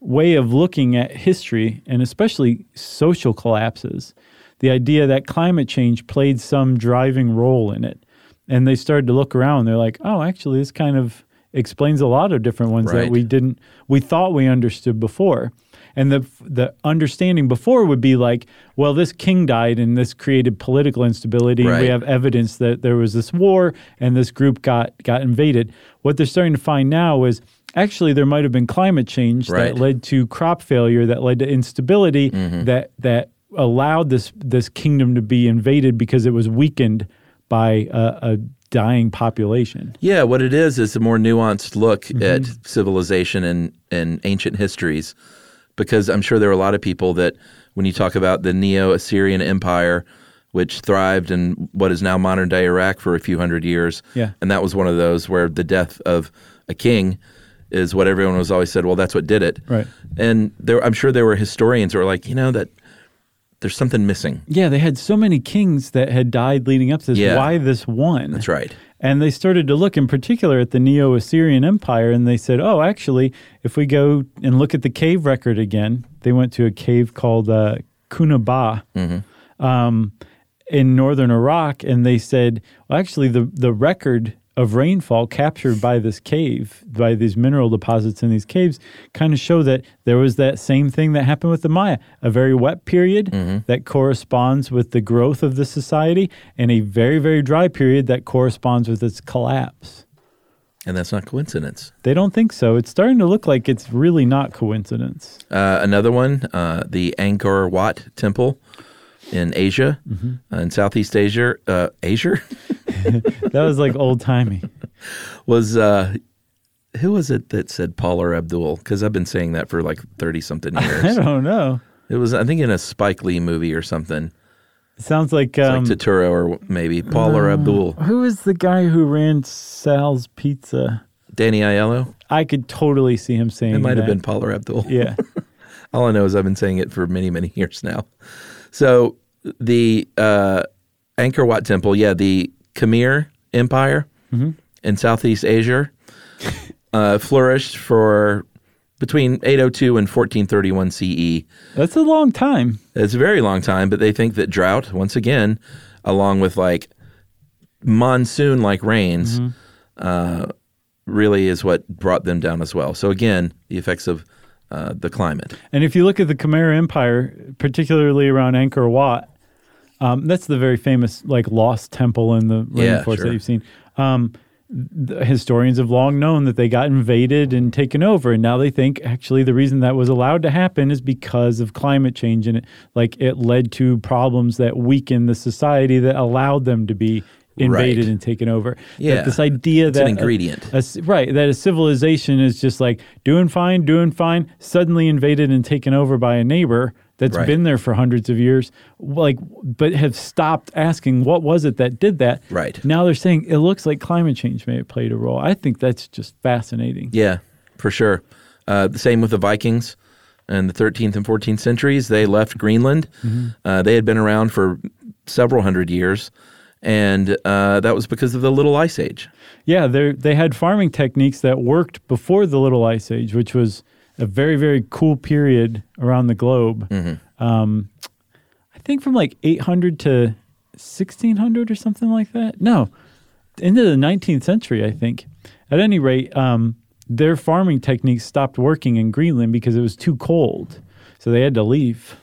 Speaker 2: way of looking at history and especially social collapses. The idea that climate change played some driving role in it. And they started to look around. They're like, oh, actually, this kind of explains a lot of different ones that
Speaker 1: Right.
Speaker 2: we didn't, we thought we understood before. And the, the understanding before would be like, well, this king died and this created political instability. and We
Speaker 1: Right.
Speaker 2: have evidence that there was this war and this group got got invaded. What they're starting to find now is actually there might have been climate change
Speaker 1: Right. Mm-hmm.
Speaker 2: that led to crop failure, that led to instability, that that allowed this this kingdom to be invaded because it was weakened by a, a dying population.
Speaker 1: Yeah, what it is is a more nuanced look
Speaker 2: Mm-hmm.
Speaker 1: at civilization and, and ancient histories because I'm sure there were a lot of people that, when you talk about the Neo Assyrian Empire, which thrived in what is now modern day Iraq for a few hundred years,
Speaker 2: Yeah.
Speaker 1: and that was one of those where the death of a king is what everyone was always said, well, that's what did it.
Speaker 2: Right.
Speaker 1: And there, I'm sure there were historians who were like, you know, that there's something missing.
Speaker 2: Yeah, they had so many kings that had died leading up to this.
Speaker 1: Yeah.
Speaker 2: Why this one?
Speaker 1: That's right.
Speaker 2: And they started to look in particular at the Neo Assyrian Empire and they said, oh, actually, if we go and look at the cave record again, they went to a cave called uh, Kunaba um, in northern Iraq. And they said, well, actually, the, the record of rainfall captured by this cave, by these mineral deposits in these caves, kind of show that there was that same thing that happened with the Maya a very wet period that corresponds with the growth of the society, and a very, very dry period that corresponds with its collapse.
Speaker 1: And that's not coincidence.
Speaker 2: They don't think so. It's starting to look like it's really not coincidence.
Speaker 1: Uh, another one, uh, the Angkor Wat Temple in Asia,
Speaker 2: Mm-hmm.
Speaker 1: uh, in Southeast Asia, uh, Asia
Speaker 2: That was like old timey.
Speaker 1: was uh, who was it that said Paula Abdul? Because I've been saying that for like thirty something
Speaker 2: I
Speaker 1: years.
Speaker 2: don't know.
Speaker 1: it was, I think, in a Spike Lee movie or something,
Speaker 2: It sounds like,
Speaker 1: It's
Speaker 2: um,
Speaker 1: like Totoro or maybe Paula Abdul,
Speaker 2: who is the guy who ran Sal's Pizza?
Speaker 1: Danny Aiello.
Speaker 2: I could totally see him saying
Speaker 1: It might have
Speaker 2: that.
Speaker 1: been Paula Abdul.
Speaker 2: Yeah.
Speaker 1: All I know is I've been saying it for many, many years now. So the uh, Angkor Wat Temple, yeah, the Khmer Empire in Southeast Asia uh, flourished for between 802 and 1431 CE.
Speaker 2: That's a long time.
Speaker 1: E. It's a very long time, but they think that drought, once again, along with like monsoon like rains, uh, really is what brought them down as well. So again, the effects of uh, the climate.
Speaker 2: And if you look at the Khmer Empire, particularly around Angkor Wat, um, that's the very famous like lost temple in the
Speaker 1: Yeah,
Speaker 2: rainforest
Speaker 1: sure.
Speaker 2: that you've seen. Um, the historians have long known that they got invaded and taken over, and now they think actually the reason that was allowed to happen is because of climate change, and it, like it led to problems that weakened the society that allowed them to be invaded
Speaker 1: Right.
Speaker 2: and taken over. That
Speaker 1: Yeah.
Speaker 2: this idea
Speaker 1: an
Speaker 2: that uh, a-
Speaker 1: ingredient.
Speaker 2: a c- right, that a civilization is just like doing fine, doing fine, suddenly invaded and taken over by a neighbor that's
Speaker 1: Right.
Speaker 2: been there for hundreds of years, like, but have stopped asking what was it that did that.
Speaker 1: Right.
Speaker 2: Now they're saying it looks like climate change may have played a role. I think that's just fascinating.
Speaker 1: Yeah, for sure. Uh, the same with the Vikings in the 13th and 14th centuries. They left Greenland. Uh, they had been around for several hundred years, and uh, that was because of the Little Ice Age.
Speaker 2: Yeah, they they had farming techniques that worked before the Little Ice Age, which was a very very cool period around the globe. Um, I think from like 800 to 1600 or something like that. No, into the 19th century, I think. At any rate, um, their farming techniques stopped working in Greenland because it was too cold, so they had to leave.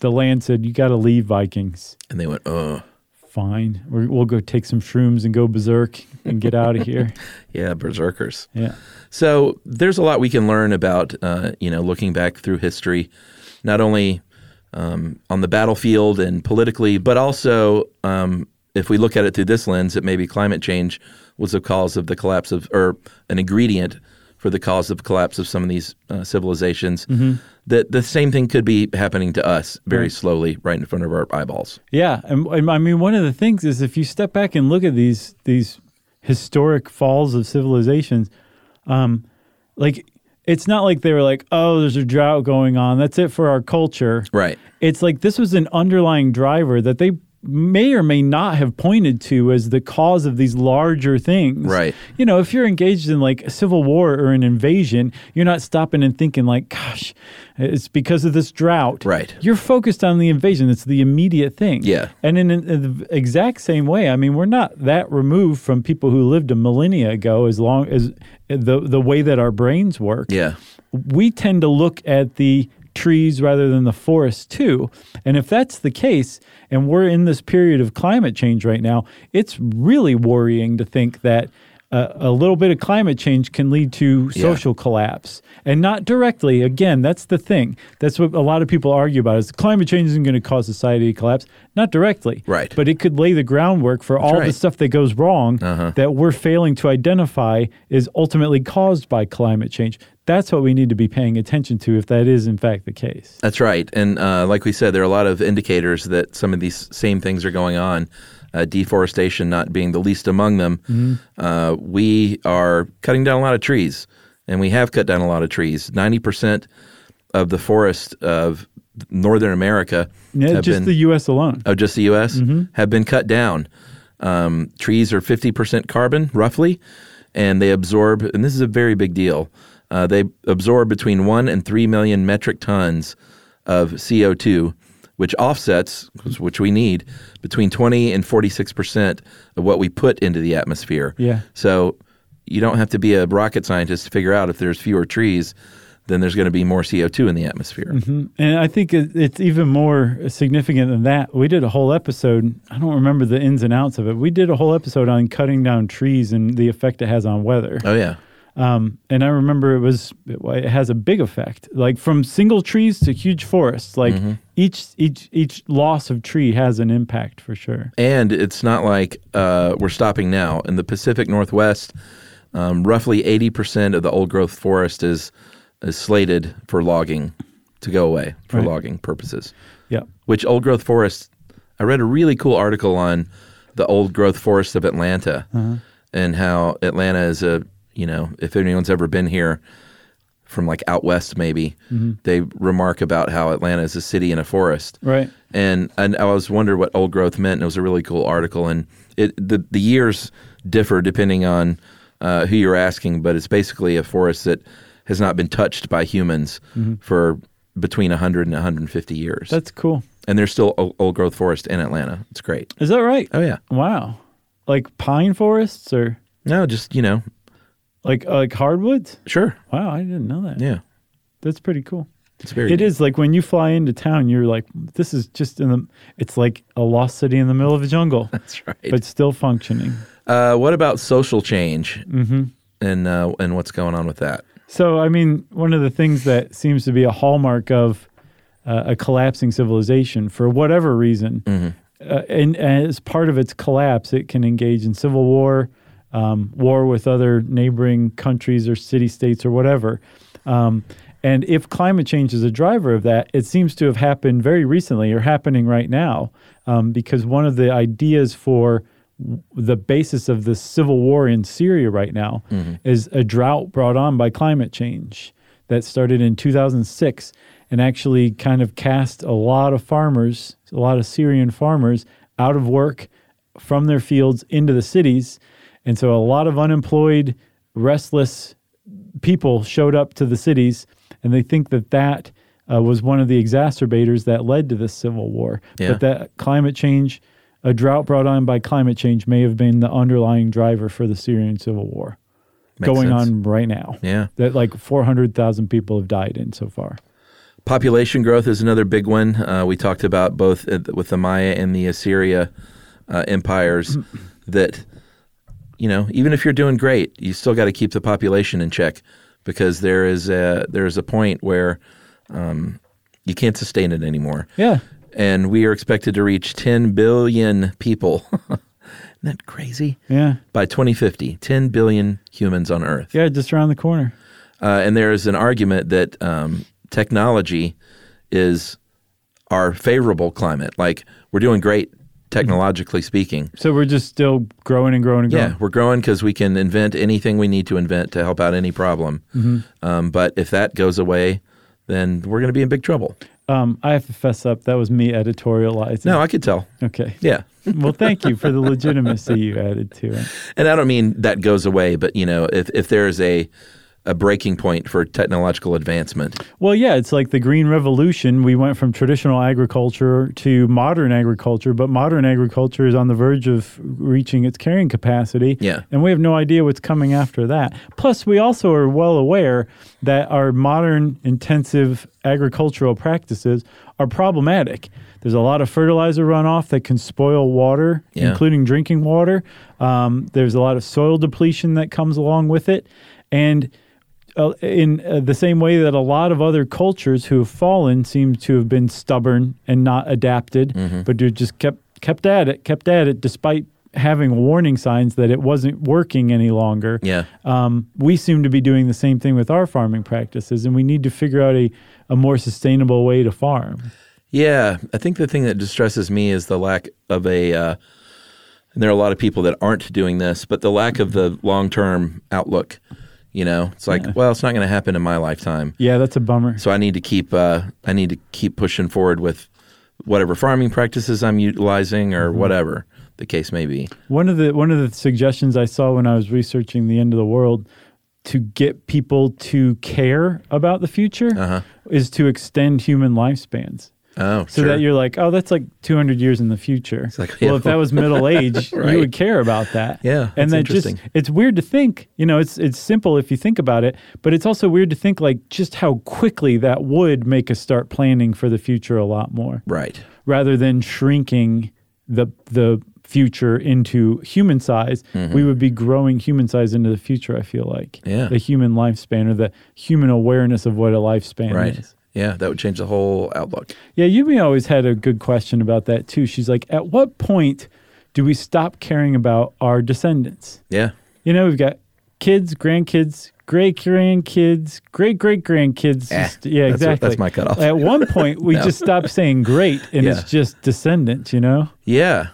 Speaker 2: The land said, "You got to leave, Vikings."
Speaker 1: And they went, oh,
Speaker 2: Fine, We're, we'll go take some shrooms and go berserk and get out of here.
Speaker 1: yeah, berserkers.
Speaker 2: Yeah.
Speaker 1: So there's a lot we can learn about, uh, you know, looking back through history, not only um, on the battlefield and politically, but also um, if we look at it through this lens, it may be climate change was the cause of the collapse of, or an ingredient for the cause of collapse of some of these uh, civilizations. That the same thing could be happening to us very slowly, Mm-hmm. right in front of our eyeballs.
Speaker 2: Yeah, and, and I mean, one of the things is if you step back and look at these these historic falls of civilizations, um, like it's not like they were like, oh, there's a drought going on. That's it for our culture.
Speaker 1: Right.
Speaker 2: It's like this was an underlying driver that they may or may not have pointed to as the cause of these larger things.
Speaker 1: Right.
Speaker 2: You know, if you're engaged in like a civil war or an invasion, you're not stopping and thinking like, gosh, it's because of this drought.
Speaker 1: Right.
Speaker 2: You're focused on the invasion. It's the immediate thing.
Speaker 1: Yeah.
Speaker 2: And in, in the exact same way, I mean, we're not that removed from people who lived a millennia ago as long as the the way that our brains work
Speaker 1: Yeah.
Speaker 2: we tend to look at the trees rather than the forest too. And if that's the case, and we're in this period of climate change right now, it's really worrying to think that uh, a little bit of climate change can lead to social collapse and not directly. Again, that's the thing. That's what a lot of people argue about is climate change isn't going to cause society to collapse. Not directly.
Speaker 1: Right.
Speaker 2: But it could lay the groundwork for all the
Speaker 1: right. Uh-huh.
Speaker 2: stuff that goes wrong that we're failing to identify is ultimately caused by climate change. That's what we need to be paying attention to if that is in fact the case.
Speaker 1: That's right. And uh, like we said, there are a lot of indicators that some of these same things are going on. Uh, deforestation not being the least among them.
Speaker 2: Mm-hmm.
Speaker 1: Uh, we are cutting down a lot of trees, and we have cut down a lot of trees. 90% of the forest of northern America
Speaker 2: Yeah,
Speaker 1: have
Speaker 2: just
Speaker 1: been,
Speaker 2: the US alone.
Speaker 1: oh, just the U.S. have been cut down. Um, trees are 50% carbon, roughly, and they absorb, and this is a very big deal, uh, they absorb between 1 and 3 million metric tons of CO2, which offsets, which we need, between 20 and 46% of what we put into the atmosphere.
Speaker 2: Yeah.
Speaker 1: So you don't have to be a rocket scientist to figure out if there's fewer trees, then there's going to be more CO2 in the atmosphere.
Speaker 2: Mm-hmm. And I think it- it's even more significant than that. We did a whole episode. I don't remember the ins and outs of it. We did a whole episode on cutting down trees and the effect it has on weather.
Speaker 1: Oh, yeah.
Speaker 2: and I remember it was it, wa- it has a big effect, like from single trees to huge forests. Like
Speaker 1: Mm-hmm.
Speaker 2: each each each loss of tree has an impact for sure.
Speaker 1: And it's not like uh, we're stopping now. In the Pacific Northwest, um, roughly 80% of the old growth forest is, is slated for logging to go away for
Speaker 2: Right.
Speaker 1: logging purposes.
Speaker 2: Yeah,
Speaker 1: Which old growth forest, I read a really cool article on the old growth forest of Atlanta and how Atlanta is a, you know, if anyone's ever been here from like out west, maybe, they remark about how Atlanta is a city in a forest
Speaker 2: right.
Speaker 1: and and I was wondering what old growth meant. And it was a really cool article, and it the the years differ depending on uh, who you're asking, but it's basically a forest that has not been touched by humans for between 100 and 150 years.
Speaker 2: That's cool.
Speaker 1: and there's still o- old growth forest in Atlanta. It's great.
Speaker 2: Is that right?
Speaker 1: Oh yeah,
Speaker 2: Wow, like pine forests or
Speaker 1: no, just you know,
Speaker 2: like uh, like hardwoods.
Speaker 1: sure,
Speaker 2: Wow, I didn't know that.
Speaker 1: yeah,
Speaker 2: That's pretty cool.
Speaker 1: it's very
Speaker 2: It is like when you fly into town, you're like, this is just in the. It's like a lost city in the middle of a jungle,
Speaker 1: That's right.
Speaker 2: but still functioning.
Speaker 1: uh, what about social change mm-hmm. and uh, and what's going on with that?
Speaker 2: So, I mean, one of the things that seems to be a hallmark of uh, a collapsing civilization, for whatever reason, uh, and, and as part of its collapse, it can engage in civil war, um, war with other neighboring countries or city states or whatever. Um, And if climate change is a driver of that, it seems to have happened very recently or happening right now, um, because one of the ideas for w- the basis of the civil war in Syria right now is a drought brought on by climate change that started in 2006 and actually kind of cast a lot of farmers, a lot of Syrian farmers out of work from their fields into the cities. And so a lot of unemployed, restless people showed up to the cities, and they think that that uh, was one of the exacerbators that led to this civil war.
Speaker 1: Yeah.
Speaker 2: But that climate change, a drought brought on by climate change, may have been the underlying driver for the Syrian civil war
Speaker 1: Makes
Speaker 2: going
Speaker 1: sense.
Speaker 2: on right now.
Speaker 1: Yeah.
Speaker 2: That like 400,000 people have died in so far.
Speaker 1: Population growth is another big one. Uh, we talked about both uh, with the Maya and the Assyria uh, empires
Speaker 2: Mm-hmm.
Speaker 1: that, you know, even if you're doing great, you still got to keep the population in check because there is a, there is a point where um, you can't sustain it anymore.
Speaker 2: Yeah.
Speaker 1: And we are expected to reach 10 billion people. Isn't that crazy?
Speaker 2: Yeah.
Speaker 1: By 2050, 10 billion humans on Earth.
Speaker 2: Yeah, just around the corner.
Speaker 1: Uh, and there is an argument that um, technology is our favorable climate. Like we're doing great technologically speaking.
Speaker 2: So we're just still growing and growing and growing.
Speaker 1: Yeah, we're growing because we can invent anything we need to invent to help out any problem. Um, but if that goes away, then we're going to be in big trouble.
Speaker 2: Um, I have to fess up. That was me editorializing.
Speaker 1: No, I could tell.
Speaker 2: Okay.
Speaker 1: Yeah.
Speaker 2: well, thank you for the legitimacy you added to it.
Speaker 1: And I don't mean that goes away, but you know, if, if there is a a breaking point for technological advancement.
Speaker 2: Well, yeah, it's like the Green Revolution. We went from traditional agriculture to modern agriculture, but modern agriculture is on the verge of reaching its carrying capacity.
Speaker 1: Yeah.
Speaker 2: And we have no idea what's coming after that. Plus, we also are well aware that our modern intensive agricultural practices are problematic. There's a lot of fertilizer runoff that can spoil water,
Speaker 1: Yeah.
Speaker 2: including drinking water. Um, there's a lot of soil depletion that comes along with it. And uh, in uh, the same way that a lot of other cultures who have fallen seem to have been stubborn and not adapted, but who just kept kept at it, kept at it, despite having warning signs that it wasn't working any longer.
Speaker 1: Yeah.
Speaker 2: Um, we seem to be doing the same thing with our farming practices, and we need to figure out a, a more sustainable way to farm.
Speaker 1: Yeah, I think the thing that distresses me is the lack of a. Uh, and there are a lot of people that aren't doing this, but the lack of the long term outlook. You know, it's like, well, it's not going to happen in my lifetime,
Speaker 2: Yeah, that's a bummer.
Speaker 1: so I need to keep. Uh, I need to keep pushing forward with whatever farming practices I'm utilizing or
Speaker 2: Mm-hmm.
Speaker 1: whatever the case may be.
Speaker 2: One of the one of the suggestions I saw when I was researching the end of the world to get people to care about the future
Speaker 1: Uh-huh.
Speaker 2: is to extend human lifespans.
Speaker 1: Oh,
Speaker 2: So
Speaker 1: sure.
Speaker 2: that you're like, oh, that's like 200 years in the future.
Speaker 1: like,
Speaker 2: well,
Speaker 1: yeah.
Speaker 2: if that was middle age,
Speaker 1: Right.
Speaker 2: you would care about that.
Speaker 1: Yeah,
Speaker 2: and
Speaker 1: that's
Speaker 2: that just
Speaker 1: interesting.
Speaker 2: it's weird to think. You know, it's it's simple if you think about it, but it's also weird to think like just how quickly that would make us start planning for the future a lot more
Speaker 1: right.
Speaker 2: rather than shrinking the the future into human size, we would be growing human size into the future. I feel like
Speaker 1: Mm-hmm. Yeah.
Speaker 2: the human lifespan or the human awareness of what a lifespan
Speaker 1: Right.
Speaker 2: is.
Speaker 1: Yeah, that would change the whole outlook.
Speaker 2: Yeah, Yumi always had a good question about that too. She's like, at what point do we stop caring about our descendants?
Speaker 1: Yeah.
Speaker 2: You know, we've got kids, grandkids, great grandkids, great great grandkids.
Speaker 1: Eh,
Speaker 2: yeah,
Speaker 1: that's what-
Speaker 2: exactly.
Speaker 1: that's my cutoff.
Speaker 2: At one point, we just stopped saying great and
Speaker 1: Yeah.
Speaker 2: it's just descendants, you know?
Speaker 1: Yeah.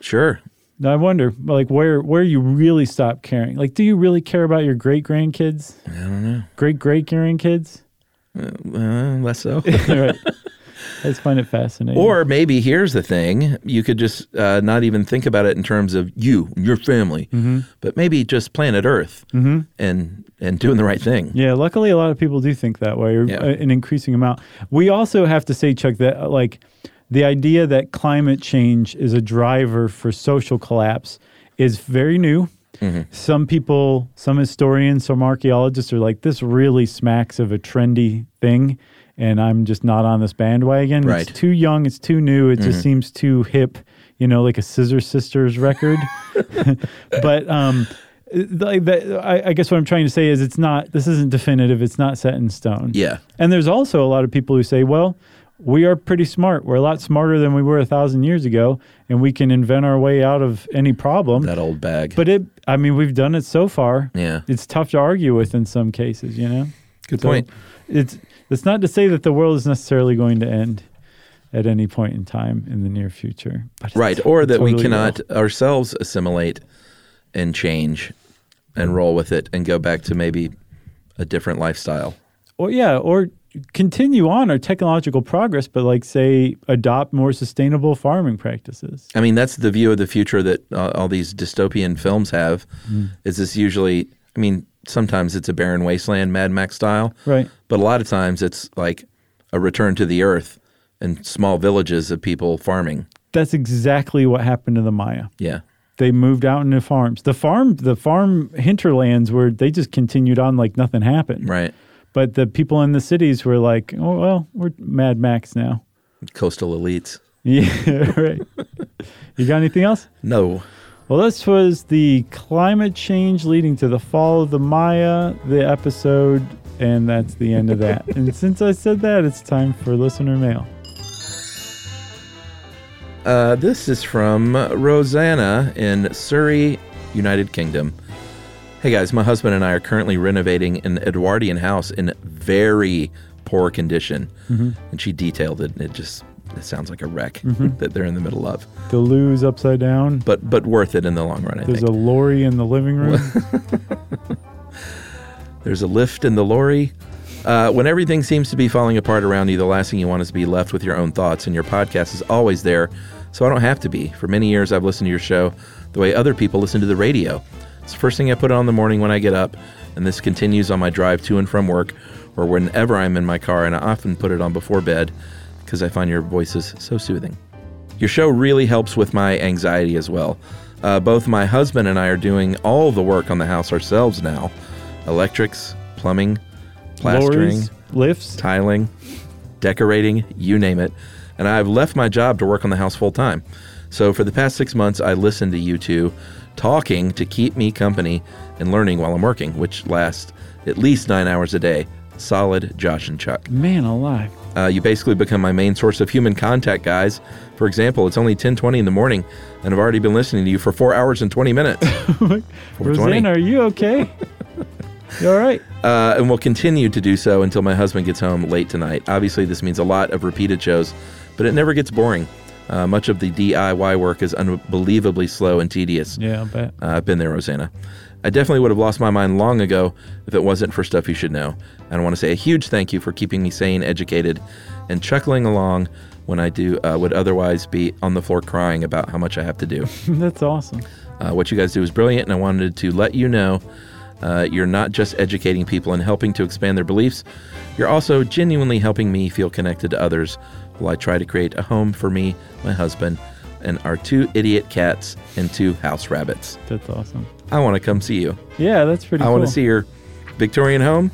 Speaker 1: Sure.
Speaker 2: Now I wonder, like, where where you really stop caring? Like, do you really care about your great grandkids? I don't know. Great great grandkids.
Speaker 1: Uh, less so.
Speaker 2: right. I just find it fascinating.
Speaker 1: Or maybe here's the thing: you could just uh, not even think about it in terms of you, and your family,
Speaker 2: Mm-hmm.
Speaker 1: but maybe just planet Earth and and doing the right thing.
Speaker 2: yeah, luckily a lot of people do think that way, or
Speaker 1: Yeah.
Speaker 2: uh, an increasing amount. We also have to say, Chuck, that uh, like the idea that climate change is a driver for social collapse is very new.
Speaker 1: Mm-hmm.
Speaker 2: Some people, some historians, some archaeologists are like, this really smacks of a trendy thing, and I'm just not on this bandwagon.
Speaker 1: Right. Mm-hmm.
Speaker 2: It's too young. It's too new. It just seems too hip, you know, like a Scissor Sisters record. but um, like that, I, I guess what I'm trying to say is it's not, this isn't definitive. It's not set in stone.
Speaker 1: Yeah.
Speaker 2: And there's also a lot of people who say, well, we are pretty smart. We're a lot smarter than we were a thousand years ago, and we can invent our way out of any problem.
Speaker 1: That old bag.
Speaker 2: but it, I mean, we've done it so far.
Speaker 1: Yeah.
Speaker 2: It's tough to argue with in some cases, you know?
Speaker 1: good
Speaker 2: So
Speaker 1: point.
Speaker 2: it's it's not to say that the world is necessarily going to end at any point in time in the near future. But it's-
Speaker 1: Right, or
Speaker 2: it
Speaker 1: that we
Speaker 2: totally
Speaker 1: cannot
Speaker 2: will.
Speaker 1: ourselves assimilate and change
Speaker 2: Mm-hmm.
Speaker 1: and roll with it and go back to maybe a different lifestyle.
Speaker 2: Or yeah, or continue on our technological progress, but like say adopt more sustainable farming practices.
Speaker 1: I mean, that's the view of the future that uh, all these dystopian films have. Is this usually? I mean, sometimes it's a barren wasteland, Mad Max style,
Speaker 2: Right.
Speaker 1: But a lot of times it's like a return to the earth and small villages of people farming.
Speaker 2: That's exactly what happened to the Maya.
Speaker 1: Yeah,
Speaker 2: They moved out into farms. The farm the farm hinterlands where they just continued on like nothing happened.
Speaker 1: right.
Speaker 2: But the people in the cities were like, Oh well, we're Mad Max now.
Speaker 1: Coastal elites.
Speaker 2: Yeah, right. you got anything else?
Speaker 1: No,
Speaker 2: Well, this was the climate change leading to the fall of the Maya, the episode, and that's the end of that. and since I said that, it's time for listener mail.
Speaker 1: Uh, this is from Rosanna in Surrey, United Kingdom. Hey guys, my husband and I are currently renovating an Edwardian house in very poor condition. And she detailed it, and it just it sounds like a wreck that they're in the middle of.
Speaker 2: The loo's upside down.
Speaker 1: But but worth it in the long run, I
Speaker 2: There's a
Speaker 1: think.
Speaker 2: lorry in the living room.
Speaker 1: There's a lift in the lorry. Uh, when everything seems to be falling apart around you, the last thing you want is to be left with your own thoughts, and your podcast is always there, so I don't have to be. For many years, I've listened to your show the way other people listen to the radio. It's the first thing I put on in the morning when I get up, and this continues on my drive to and from work or whenever I'm in my car, and I often put it on before bed because I find your voices so soothing. Your show really helps with my anxiety as well. Uh, both my husband and I are doing all the work on the house ourselves now electrics, plumbing, plastering,
Speaker 2: Lorries, lifts.
Speaker 1: tiling, decorating, you name it. And I've left my job to work on the house full time. So for the past six months, I listened to you two talking to keep me company and learning while I'm working, which lasts at least nine hours a day. Solid Josh and Chuck.
Speaker 2: Man alive.
Speaker 1: Uh, you basically become my main source of human contact, guys. For example, it's only 10:20 in the morning, and I've already been listening to you for four hours and 20 minutes.
Speaker 2: Rosanna, are you okay? you all right?
Speaker 1: uh, and will continue to do so until my husband gets home late tonight. Obviously, this means a lot of repeated shows, but it never gets boring. Uh, much of the DIY work is unbelievably slow and tedious.
Speaker 2: Yeah, I bet.
Speaker 1: Uh, I've been there, Rosanna. I definitely would have lost my mind long ago if it wasn't for stuff you should know. And I want to say a huge thank you for keeping me sane, educated, and chuckling along when I do uh, would otherwise be on the floor crying about how much I have to do.
Speaker 2: That's awesome.
Speaker 1: Uh, what you guys do is brilliant, and I wanted to let you know uh, you're not just educating people and helping to expand their beliefs, you're also genuinely helping me feel connected to others while I try to create a home for me, my husband, and our two idiot cats and two house rabbits.
Speaker 2: That's awesome.
Speaker 1: I want to come see you.
Speaker 2: Yeah, that's pretty
Speaker 1: I
Speaker 2: cool.
Speaker 1: want to see your Victorian home.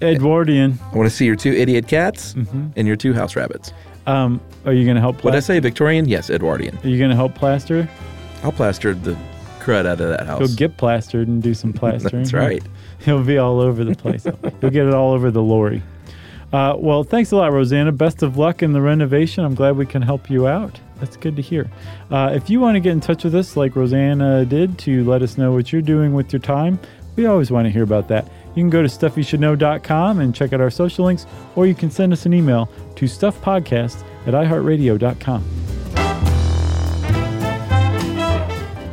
Speaker 2: Edwardian.
Speaker 1: I want to see your two idiot cats
Speaker 2: Mm-hmm.
Speaker 1: and your two house rabbits.
Speaker 2: Um, are you going to help
Speaker 1: What did I
Speaker 2: plaster?
Speaker 1: say, Victorian? Yes, Edwardian.
Speaker 2: Are you going to help plaster?
Speaker 1: I'll plaster the crud out of that
Speaker 2: Go
Speaker 1: house.
Speaker 2: get plastered and do some plastering.
Speaker 1: That's right.
Speaker 2: He'll be all over the place. He'll get it all over the lorry. Uh, well, thanks a lot, Rosanna. Best of luck in the renovation. I'm glad we can help you out. That's good to hear. Uh, if you want to get in touch with us, like Rosanna did, to let us know what you're doing with your time, we always want to hear about that. You can go to stuffyoushouldknow.com and check out our social links, or you can send us an email to stuffpodcast at iheartradio.com.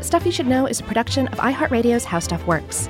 Speaker 3: Stuff You Should Know is a production of iHeartRadio's How Stuff Works.